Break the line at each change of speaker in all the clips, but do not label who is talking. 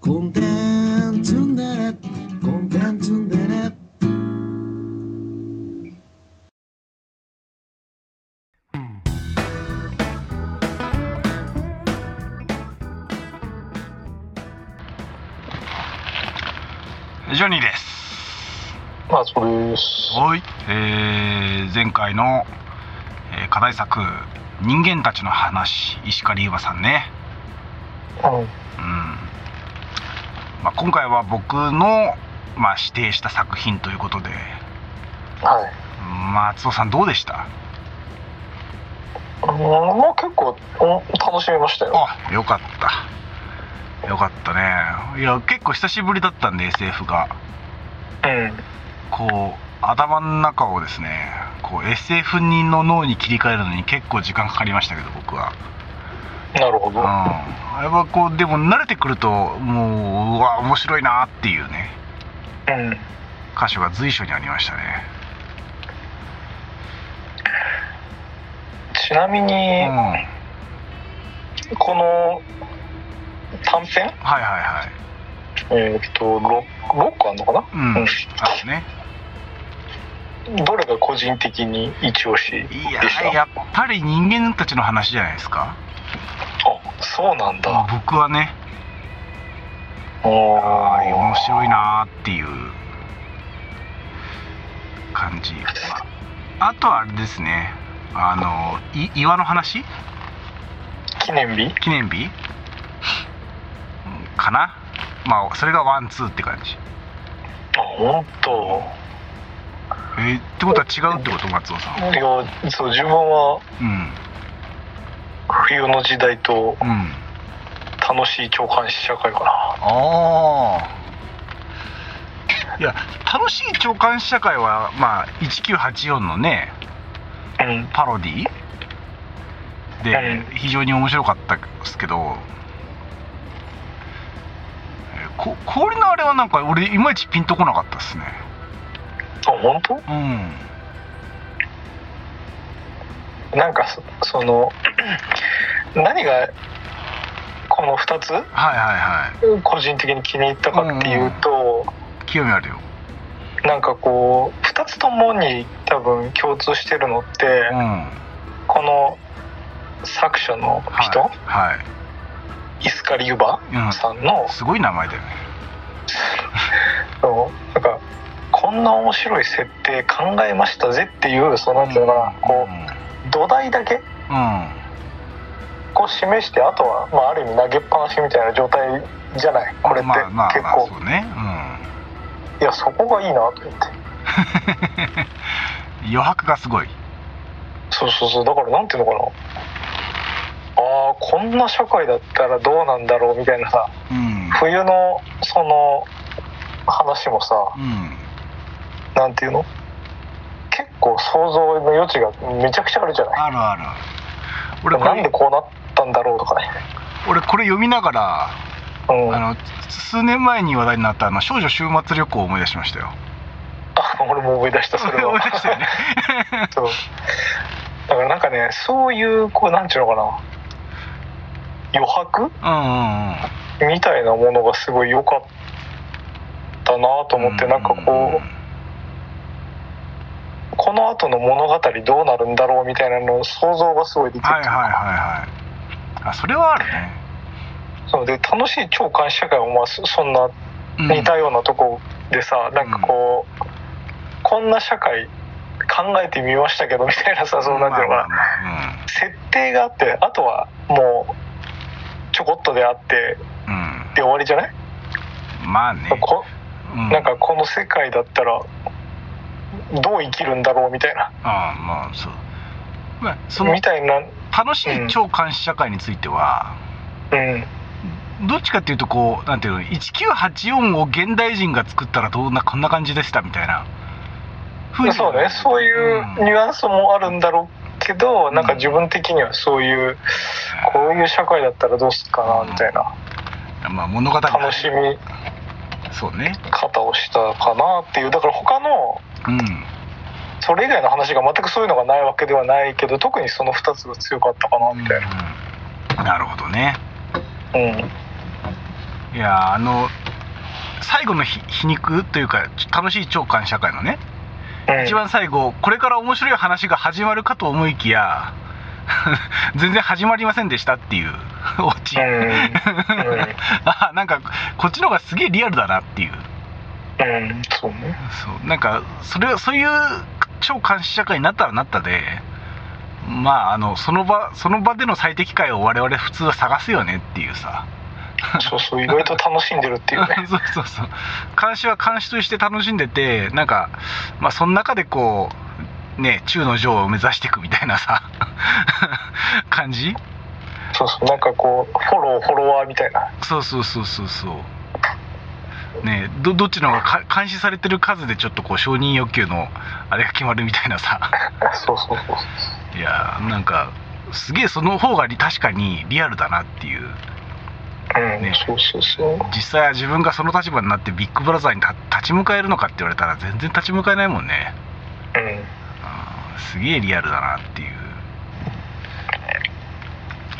コンテンツンデレコンテンツンデレ
ジョニーです。
まあ、それです。
はい、えー、前回の、えー課題作「人間たちの話」石狩優馬さんね、
はい。
うんまあ、今回は僕の、まあ、指定した作品ということで
はい。
松尾さんどうでした
うん、もう結構、うん楽しみましたよ。
あよかったよかったねいや結構久しぶりだったんで SF が
うん。
こう頭の中をですねこう SF 人の脳に切り替えるのに結構時間かかりましたけど僕は。
なるほど。
うん、
は
あれはこうでも慣れてくるともううわ面白いなっていうね
い。うん。
箇所が随所にありましたね
ちなみに、
うんはい
この短編、
はいはい
えっと、6, 6個あるのかな、
うん
う
あ
ん
のね
どれが個人的に一押しで
い
した
ややっぱり人間たちの話じゃないですか
あ、そうなんだ。
僕はねあ
あ
あ
ー
面白い。なっていう感じああとはあれですねあのい岩の話
記念日
記念日うんかなまあそれがワンツーって感じ
あ、ほんと。
えーってことは違うってこと松尾さん
いや、そう、自分は
うん
冬の時代と
うん
楽しい長官社会か
ああいや楽しい長官試写会はまあ1984のね
な。うん。
パロディで
う
非常に面白かったですけどえーこ氷のあれはなんか俺いまいちピンとこなかったですね
あ、ほんと
うん
なんかそその何がこの2つ
はいはいは
個人的に気に入ったかっていうと、
い興味あるよ
なんかこう2つともに多分共通してるのって、
うんは
この作者の
い
人、
はい、
イスカリ・ユバ
う
さんの
ん、すごい名前だよね
そのなんかこんな面白い設定考えましたぜっていうそのなんていうのかなこう土台だけ
うんうん
こう示してあとは、まあ、ある意味投げっぱなしみたいな状態じゃないこれって
まあまあ
結
まあ
構
そうね
いやそこがいいなと思って
うん余白がすごい
そうそうそうだからなんていうのかなあーこんな社会だったらどうなんだろうみたいなさ
うん
冬のその話もさ
うん
なんていうの結構想像の余地がめちゃくちゃあるじゃない
あるある俺こ
なんで
れ
こうなったんだろうとかね
俺これ読みながら
うん
あ
あ
の数年前に話題になったあの少女週末旅行を思い出しましたよ
俺も思い出したそ れ
思
はい
出したよね
そうだからなんかねそういうこうなんていうのかな余白
うんうんうん
みたいなものがすごい良かったなと思ってなんかこうこの後の物語どうなるんだろうみたいなのを想像がすごいできる、
はいはいはいはいあそれはあるね
そうで楽しい超監視社会もまあそそんな
うん
似たようなとこでさ、なんかこうこんな社会考えてみましたけどみたいなさそのなんていうのか
まあ
な、
まあまあ
設定があってあとはもうちょこっとであって
うん
で終わりじゃない、
うんまあね
こ
う
なんかこの世界だったらどう生きるんだろうみたいな
ああまあそうまあその
みたいな
楽しい超監視社会については、
うん
どっちかっていうとこうなんていうの1984を現代人が作ったらどんなこんな感じでしたみたいな風
そうねそういううニュアンスもあるんだろうけど、
うん
なんか自分的にはそういうこういう社会だったらどうすっかなみたいな
うんまあ物語
楽しみ
そうね
方をしたかなっていうだから他の
うん
それ以外の話が全くそういうのがないわけではないけど特にその2つが強かったかなみたいな
うんなるほどね
うん
いやーあの最後のひ皮肉というかちょ楽しい長官社会のね、
うん
一番最後これから面白い話が始まるかと思いきや 全然始まりませんでしたっていう オチ、
うんうん
あなんかこっちの方がすげえリアルだなっていう
うんそうね
そうなんかそれそういう超監視社会になったらなったでまああのその場その場での最適解を我々普通は探すよねっていうさ
そうそう意外と楽しんでるっていうね
そうそうそう監視は監視として楽しんでてなんかまあその中でこうね中の上を目指していくみたいなさ 感じ
そうそうなんかこうフォローフォロワーみたいな
そうそうそうそうそうねどどっちの方がか監視されてる数でちょっとこう承認欲求のあれが決まるみたいなさ
そうそうそう
いやーなんかすげえその方がり確かにリアルだなっていう
うん、
ね
そうそうそう
実際は自分がその立場になってビッグブラザーに立立ち向かえるのかって言われたら全然立ち向かえないもんね
うん
うんすげえリアルだなっていう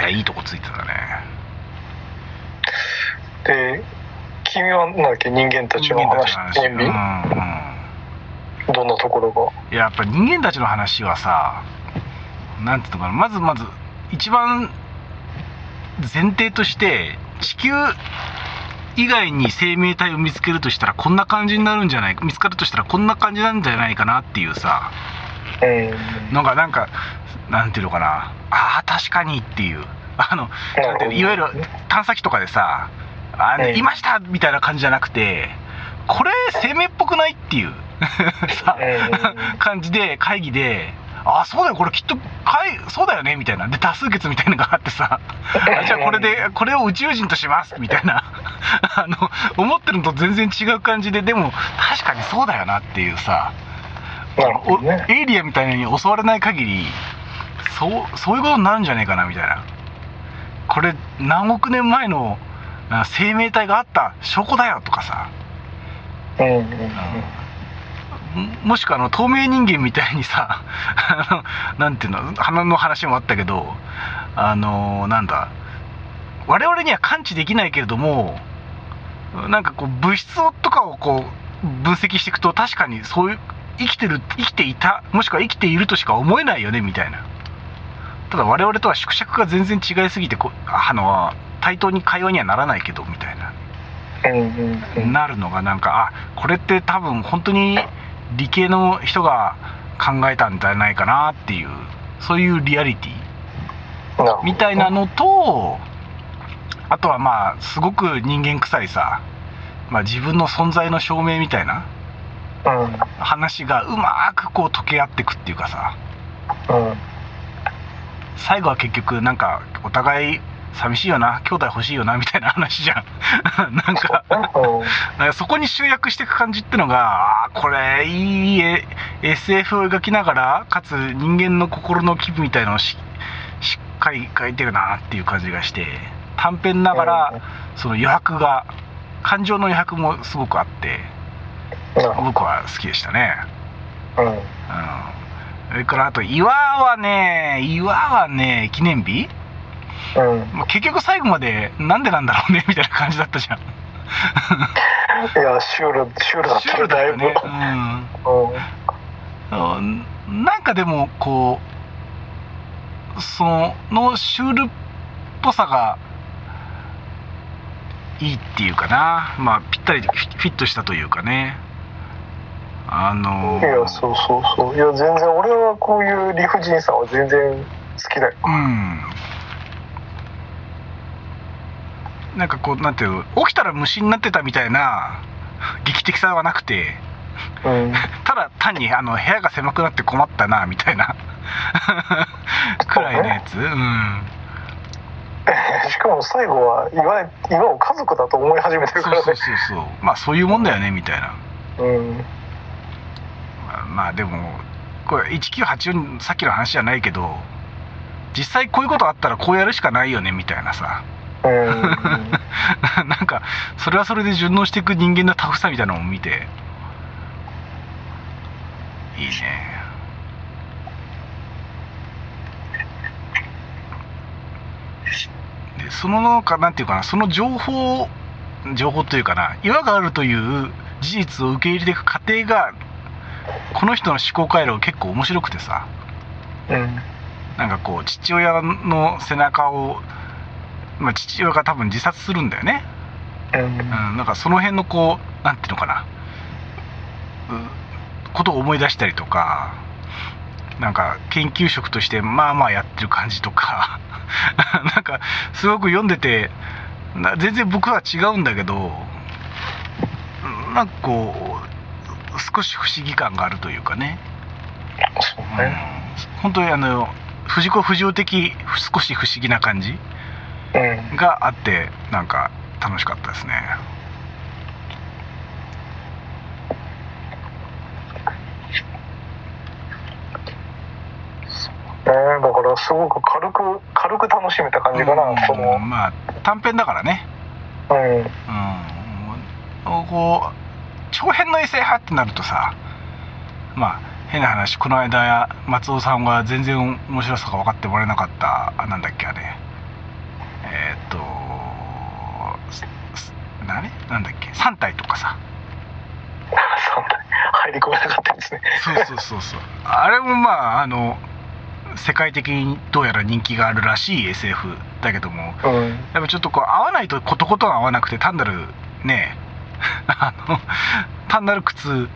いやいいとこついてたね
で君はなんだっけ人間たちの話
人間たち
天
の
秤
話うんうん
どんなところが
いややっぱ人間たちの話はさなんていうのかなまずまず一番前提として地球以外に生命体を見つけるとしたらこんな感じになるんじゃない見つかるとしたらこんな感じなんじゃないかなっていうさ
うん
のがなんかなんていうのかなあー確かにっていうあの
なるほ
だっ
ど
ていわゆる探査機とかでさ「あの
ええ
いました!」みたいな感じじゃなくてこれ生命っぽくないっていうさ
う
感じで会議で「あそうだよこれきっと会そうだよね」みたいなで多数決みたいなのがあってさ「あじゃあこれでこれを宇宙人とします」みたいな あの思ってるのと全然違う感じででも確かにそうだよなっていうさ
なるほどね
おエイリアンみたいなのに襲われない限りそうそういうことになるんじゃねえかなみたいなこれ何億年前のあ生命体があった証拠だよとかさ
うんうんうん
ももしくはあの透明人間みたいにさあのなんていうの鼻の話もあったけどあのなんだ我々には感知できないけれどもなんかこう物質をとかをこう分析していくと確かにそういう生きてる生きていたもしくは生きているとしか思えないよねみたいなただ我々とは縮尺が全然違いすぎてこうあの対等に会話にはならないけどみたいな
うんうん
なるのがなんかあこれって多分本当に理系の人が考えたんじゃないかなっていうそういうリアリティ
うん
みたいなのとあとはまあすごく人間臭いさ、まあ、自分の存在の証明みたいな
うんうん
話がうまくこう溶け合ってくっていうかさ最後は結局なんかお互い寂しいよな兄弟欲しいよなみたいな話じゃん なんか
そうね
なんかそこに集約していく感じってのがあーこれいいえ SF を描きながらかつ人間の心の機微みたいのをししっかり描いてるなっていう感じがして短編ながらその余白が感情の余白もすごくあって
うんなるほ
僕は好きでしたね。
どうん
うんそれからあと岩はね岩はね記念日
うん
まあ結局最後までなんでなんだろうねみたいな感じだったじゃん。
いやシュールシュールだっ
シュー
た
ル
よ
だ
だい
よ
ぶ
ね。うん
うん
うんなんかでもこうそののシュールっぽさがいいっていうかなまあぴったりフィフィットしたというかねあの
いやそうそうそういや全然俺はこういう理不尽さは全然好きだよ
うんなんかこうなんていうの起きたら虫になってたみたいな劇的さはなくて
うん
ただ単にあの部屋が狭くなって困ったなみたいな くらいのやつうん。
しかも最後は今今を家族だと思い始めて
そう
るから
そうそう
ね
そうまあそういうもんだよねみたいな
うん
まあでもこれ1984さっきの話じゃないけど実際こういうことあったらこうやるしかないよねみたいなさ
う ん
なんかそれはそれで順応していく人間のタフさみたいなのを見ていいねでそのなんかなんていうかなその情報情報というかな岩があるという事実を受け入れていく過程がこの人の思考回路が結構面白くてさ
うん
なんかこう父親の背中を、まあ、父親が多分自殺するんだよね、
うん
うん、なんかその辺のこうなんていうのかな、うんことを思い出したりとかなんか研究職としてまあまあやってる感じとか なんかすごく読んでてな全然僕は違うんだけどうんなんかこう少し不思議感があるというかね、
そう
うん
ね
本当にあの藤子不二雄的少し不思議な感じ
うん
があってなんか楽しかったですね
ねえだからすごく軽く軽く楽しめた感じかな、
うん
その
まあ短編だからね
うん
うんこう長編の SF 派ってなるとさまあ変な話この間松尾さんが全然面白さが分かってもらえなかったあなんだっけあれえーっとすす何なんだっけ3体とかさ
そんな入り込めなかったですね
そうそうそうそうあれもまああの世界的にどうやら人気があるらしい SF だけども
うん
やっぱちょっとこう合わないとことことん合わなくて単なるね あの単なる苦痛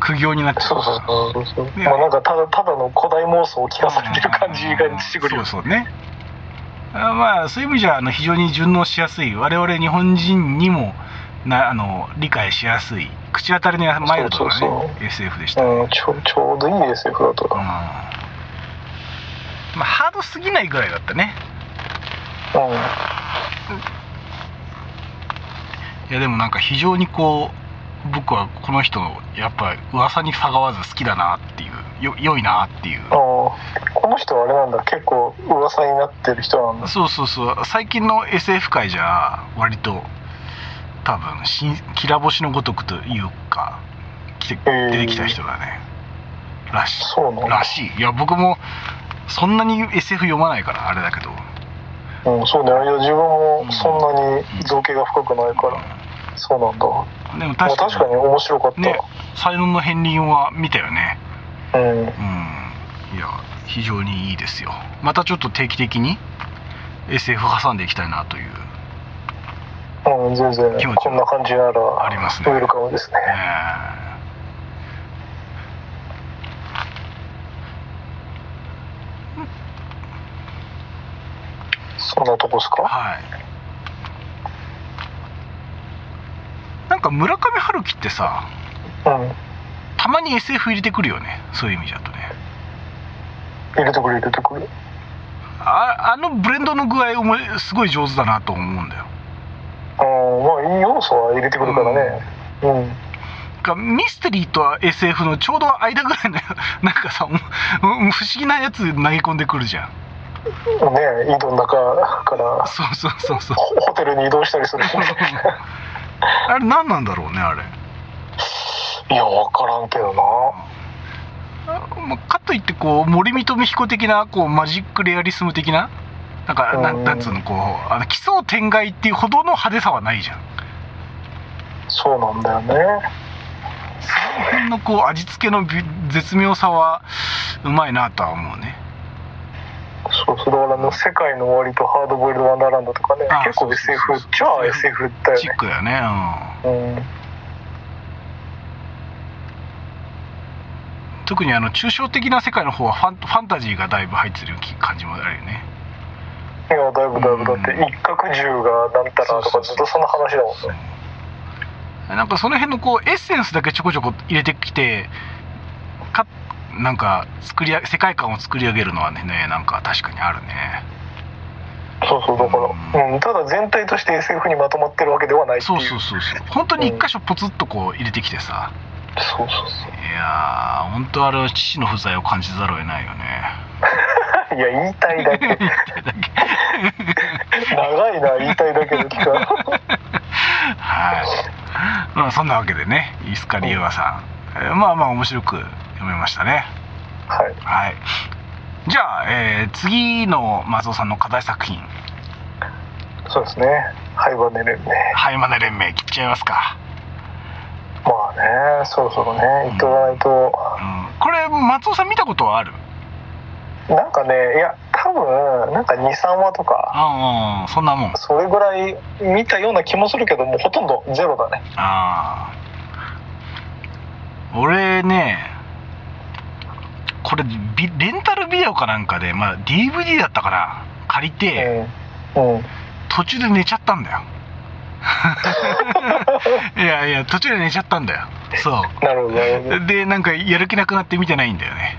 苦行になっちゃう
そうそうそうそう、
ね
まあなんかただただの古代妄想を聞かされてる感じがしてくるよ
そうそうねあまあそういう意味じゃあの非常に順応しやすい我々日本人にもなあの理解しやすい口当たりのやマイルドなね
そうそうそ
SF でした、
うん、ちょちょうどいい SF だと
うんまあハードすぎないぐらいだったね
うん
いやでもなんか非常にこう僕はこの人のやっぱ噂に逆わず好きだなっていうよ良いなっていう
ああこの人はあれなんだ結構噂になってる人なんだ
そうそうそう最近の SF 界じゃ割と多分新きら星のごとくというか来て
へー
出てきた人だねらし
そうなん
いら
だ、
しいいや僕もそんなに SF 読まないからあれだけど
うん、そうだよいや自分もそんなに造形が深くないからそうなんだ
でも
まあ
確か
確かに
に
面白かった、
ね才能の片鱗は見たよね
うん
うんいや非常にいいですよまたちょっと定期的に SF 挟んでいきたいなという、
うん、全
気持
然
ちは
こんな感じなら
ありますね
ウェルカムですね
え
そんなとこです
ー
か
はいなんか村上春樹ってさ
うん
たまに SF 入れてくるよねそういう意味だとね
入れてくる入れてくる
ああのブレンドの具合おもすごい上手だなと思うんだよ
あーまあいい要素は入れてくるからねうん、
がミステリーと SF のちょうど間ぐらいの なんかさおも不思議なやつ投げ込んでくるじゃん
ね井戸の中から
そうそうそうそう
ホホテルに移動したりする しね
あれ何なんだろうねあれ
いや分からんけどな
あまあかといってこう森見と美彦的なこうマジックレアリスム的ななんかな
うんん
なんつうのこうあの奇想天外っていうほどの派手さはないじゃん
そうなんだよね
その辺のこう味付けのび絶妙さはうまいなとは思うね
そうそうだからね世界の終わりとハードボイルドワンダーランドとかね
あー
結構
そう
SF
そうそう
じゃあ SF だよ
チ
ね
ックだよね
うん
うん特にあの抽象的な世界の方はファンファンタジーがだいぶ入ってる感じもあるよね
いやだいぶだいぶだって
うん
一角獣がなんたらとかずっとそんな話だもんね
そうなんかその辺のこうエッセンスだけちょこちょこ入れてきてかなんか作り上げ世界観を作り上げるのはねなんか確かにあるね
そうそうだから、うん、ただ全体として SF にまとまってるわけではないってい
そううそうそうそう本当に一箇所ポツッとこう入れてきてさ
そう
い
そう
やー本当あれは父の不在を感じざるを得ないよ ね
そういや言いたいだけ長いな言いたいだけの期間
はいまあそんなわけでねイスカリエワさん、えーまあまあ面白く読めましたね
はい
はいじゃあ、えー次の松尾さんの課題作品
そうですね廃盤で連盟
はいマネ連盟切っちゃいますか、
まあねそろそろね行っとかないと、
うん、これ松尾さん見たことはある
なんかねいや多分なんか23話とか
ああそんなもん
それぐらい見たような気もするけどもうほとんどゼロだね
ああ俺ねこれビレンタルビデオかなんかで、まあ、DVD だったかな借りて
うん、うん、
途中で寝ちゃったんだよ いやいや途中で寝ちゃったんだよそ
なるほどなるほ
うでなんかやる気なくなって見てないんだよね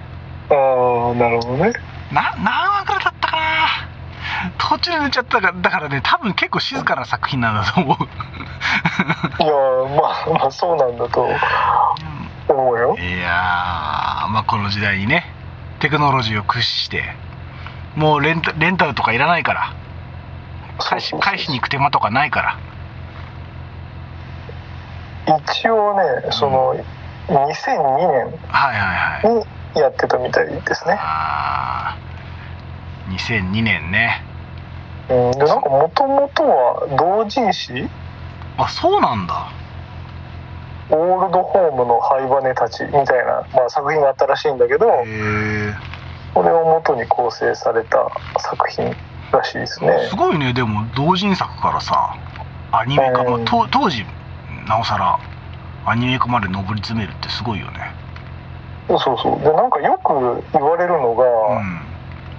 どああなるほどね
な何話くらいだったかな途中で寝ちゃったからだからね多分結構静かな作品なんだと思う
いやまあまあそうなんだと思うよ
いやー、まあ、この時代にねテクノロジーを駆使してもうレンタレンタルとかいらないから返し返しに行く手間とかないから
一応ねその2002年
はいはいはい
にやってたみたいですね、
あー2002年ね
うん、でなんかもともとは同人誌
あそうなんだ
オールドホームの廃バネたちみたいな、まあ、作品があったらしいんだけど
へえ
これを元に構成された作品らしいですね
すごいねでも同人作からさアニメ化、まあ
うん
と当時なおさらアニメ化まで上り詰めるってすごいよね
そうそうでなんかよく言われるの
う
が、
ん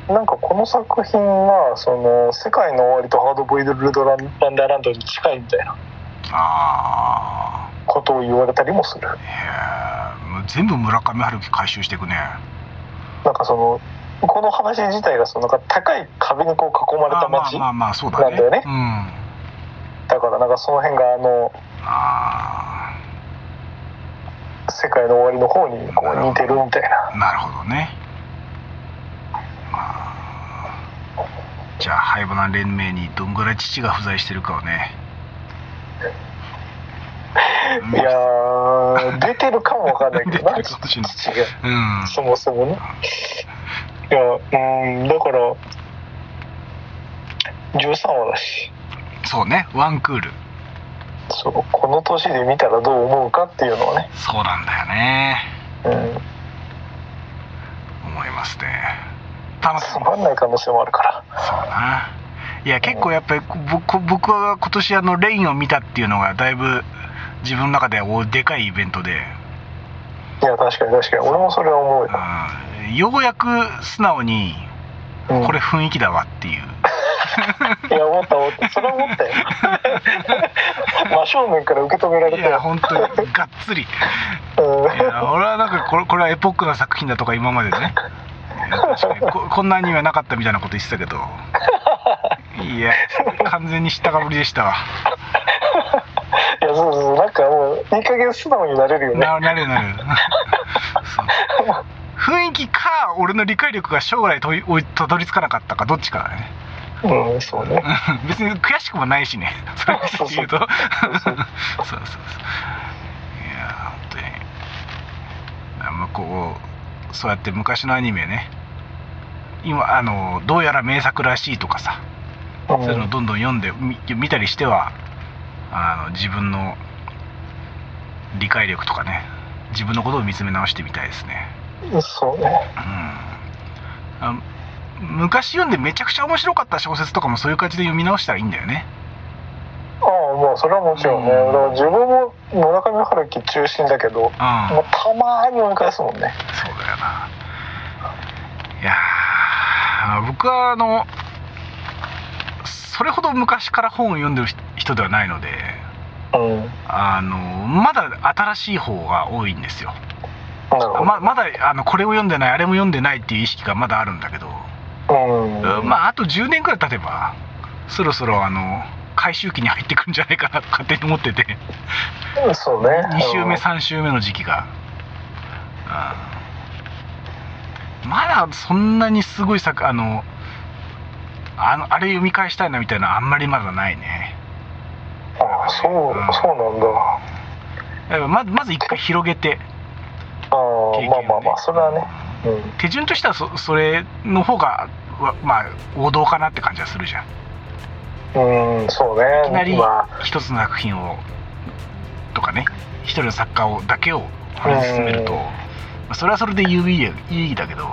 なんかこの作品はその「世界の終わり」と「ハード・ボイド・ルドラン・ワンダーランド」に近いみたいな
あ
ことを言われたりもする
あへえもう全部村上春樹回収していくね
なんかそのこの話自体がそのなんか高い壁にこう囲まれた街
あまあまあまあそうだね
なんだよね
うんあ
だからなんかその辺があの
あ
「世界の終わり」の方にこう似てるみたいな
なるほどねまあじゃあ廃部な連盟にどんぐらい父が不在してるかをね
いやー出てるかもわかんないけど な
出てるかもしれない
父が
うん
そもそもねいやうんだから13話だし
そうねワンクール
そうこの年で見たらどう思うかっていうのはね、
そうなんだよね
うん、
思いますね楽し
つ
み
まんない可能性もあるから
そうないや結構やっぱり僕僕は今年あのレインを見たっていうのがだいぶ自分の中ではおでかいイベントで、
いや確かに確かに俺もそれは思うよ、
うん、ようやく素直に
うん
これ雰囲気だわっていう、
いや思った思ったそれは 思ったよ真正面から受け止められ
い
た
や
よ、
本当にがっつりい
うん
や俺はなんかこれこれはエポックな作品だとか今までねいや確かにここんなにはなかったみたいなこと言ってたけどいや完全に知ったかぶりでしたわ
いやそうそうそうなんかもういい加減素直になれるよね
ななるなるそう雰囲気か俺の理解力が将来といおいたどり着かなかったかどっちかだね
うんそうね
別に悔しくもないしねそれについて言うとそう
そ
そううそういやー本当にあまあこうそうやって昔のアニメね今あのどうやら名作らしいとかさ
うん
そういうのをどんどん読んでみ見たりしてはあの自分の理解力とかね自分のことを見つめ直してみたいですね、
そうね
うん、あ昔読んでめちゃくちゃ面白かった小説とかもそういう感じで読み直したらいいんだよね
ああもうそれはもちろんね、
うん
だから自分も村上春樹中心だけ
う
ど、
ん
もうたまーに思い返すもんね
そうだよないやー僕はあのそれほど昔から本を読んでる人ではないので
うん
あのまだ新しい方が多いんですよ
なるほど、
ままだあのこれを読んでないあれも読んでないっていう意識がまだあるんだけど、
うん
まああと10年くらい経てばそろそろあの回収期に入ってくるんじゃないかなと勝手に思ってて
そうね
2週目
うん
3週目の時期が、うんまだそんなにすごい作あのあのあれ読み返したいなみたいなのあんまりまだないね
ああそ
う
う、
ん
そうなんだ
だからまずまず一回広げて
あ
経
あ
験
まあ
を
まあまあそれはねうん
手順としてはそそれの方がわまあ王道かなって感じはするじゃん
うんそう
いきなり
ねまあ
一つの作品をとかね一人の作家をだけを掘り進めると、
うん
まあそれはそれで有意義だけど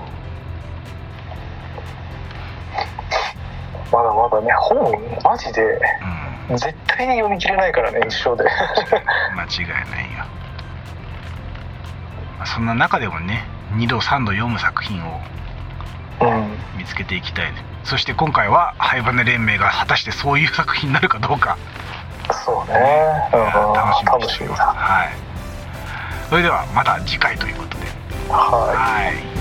まだまだね本マジで
うん
絶対に読み切れないからね一 生で
間違いないよまあそんな中でもね2度3度読む作品を
うん
見つけていきたいねそして今回は廃バネ連盟が果たしてそういう作品になるかどうか
そうねうん
楽
楽
し
し
み
み
にしております
だ
はいそれではまた次回ということで
はい
はい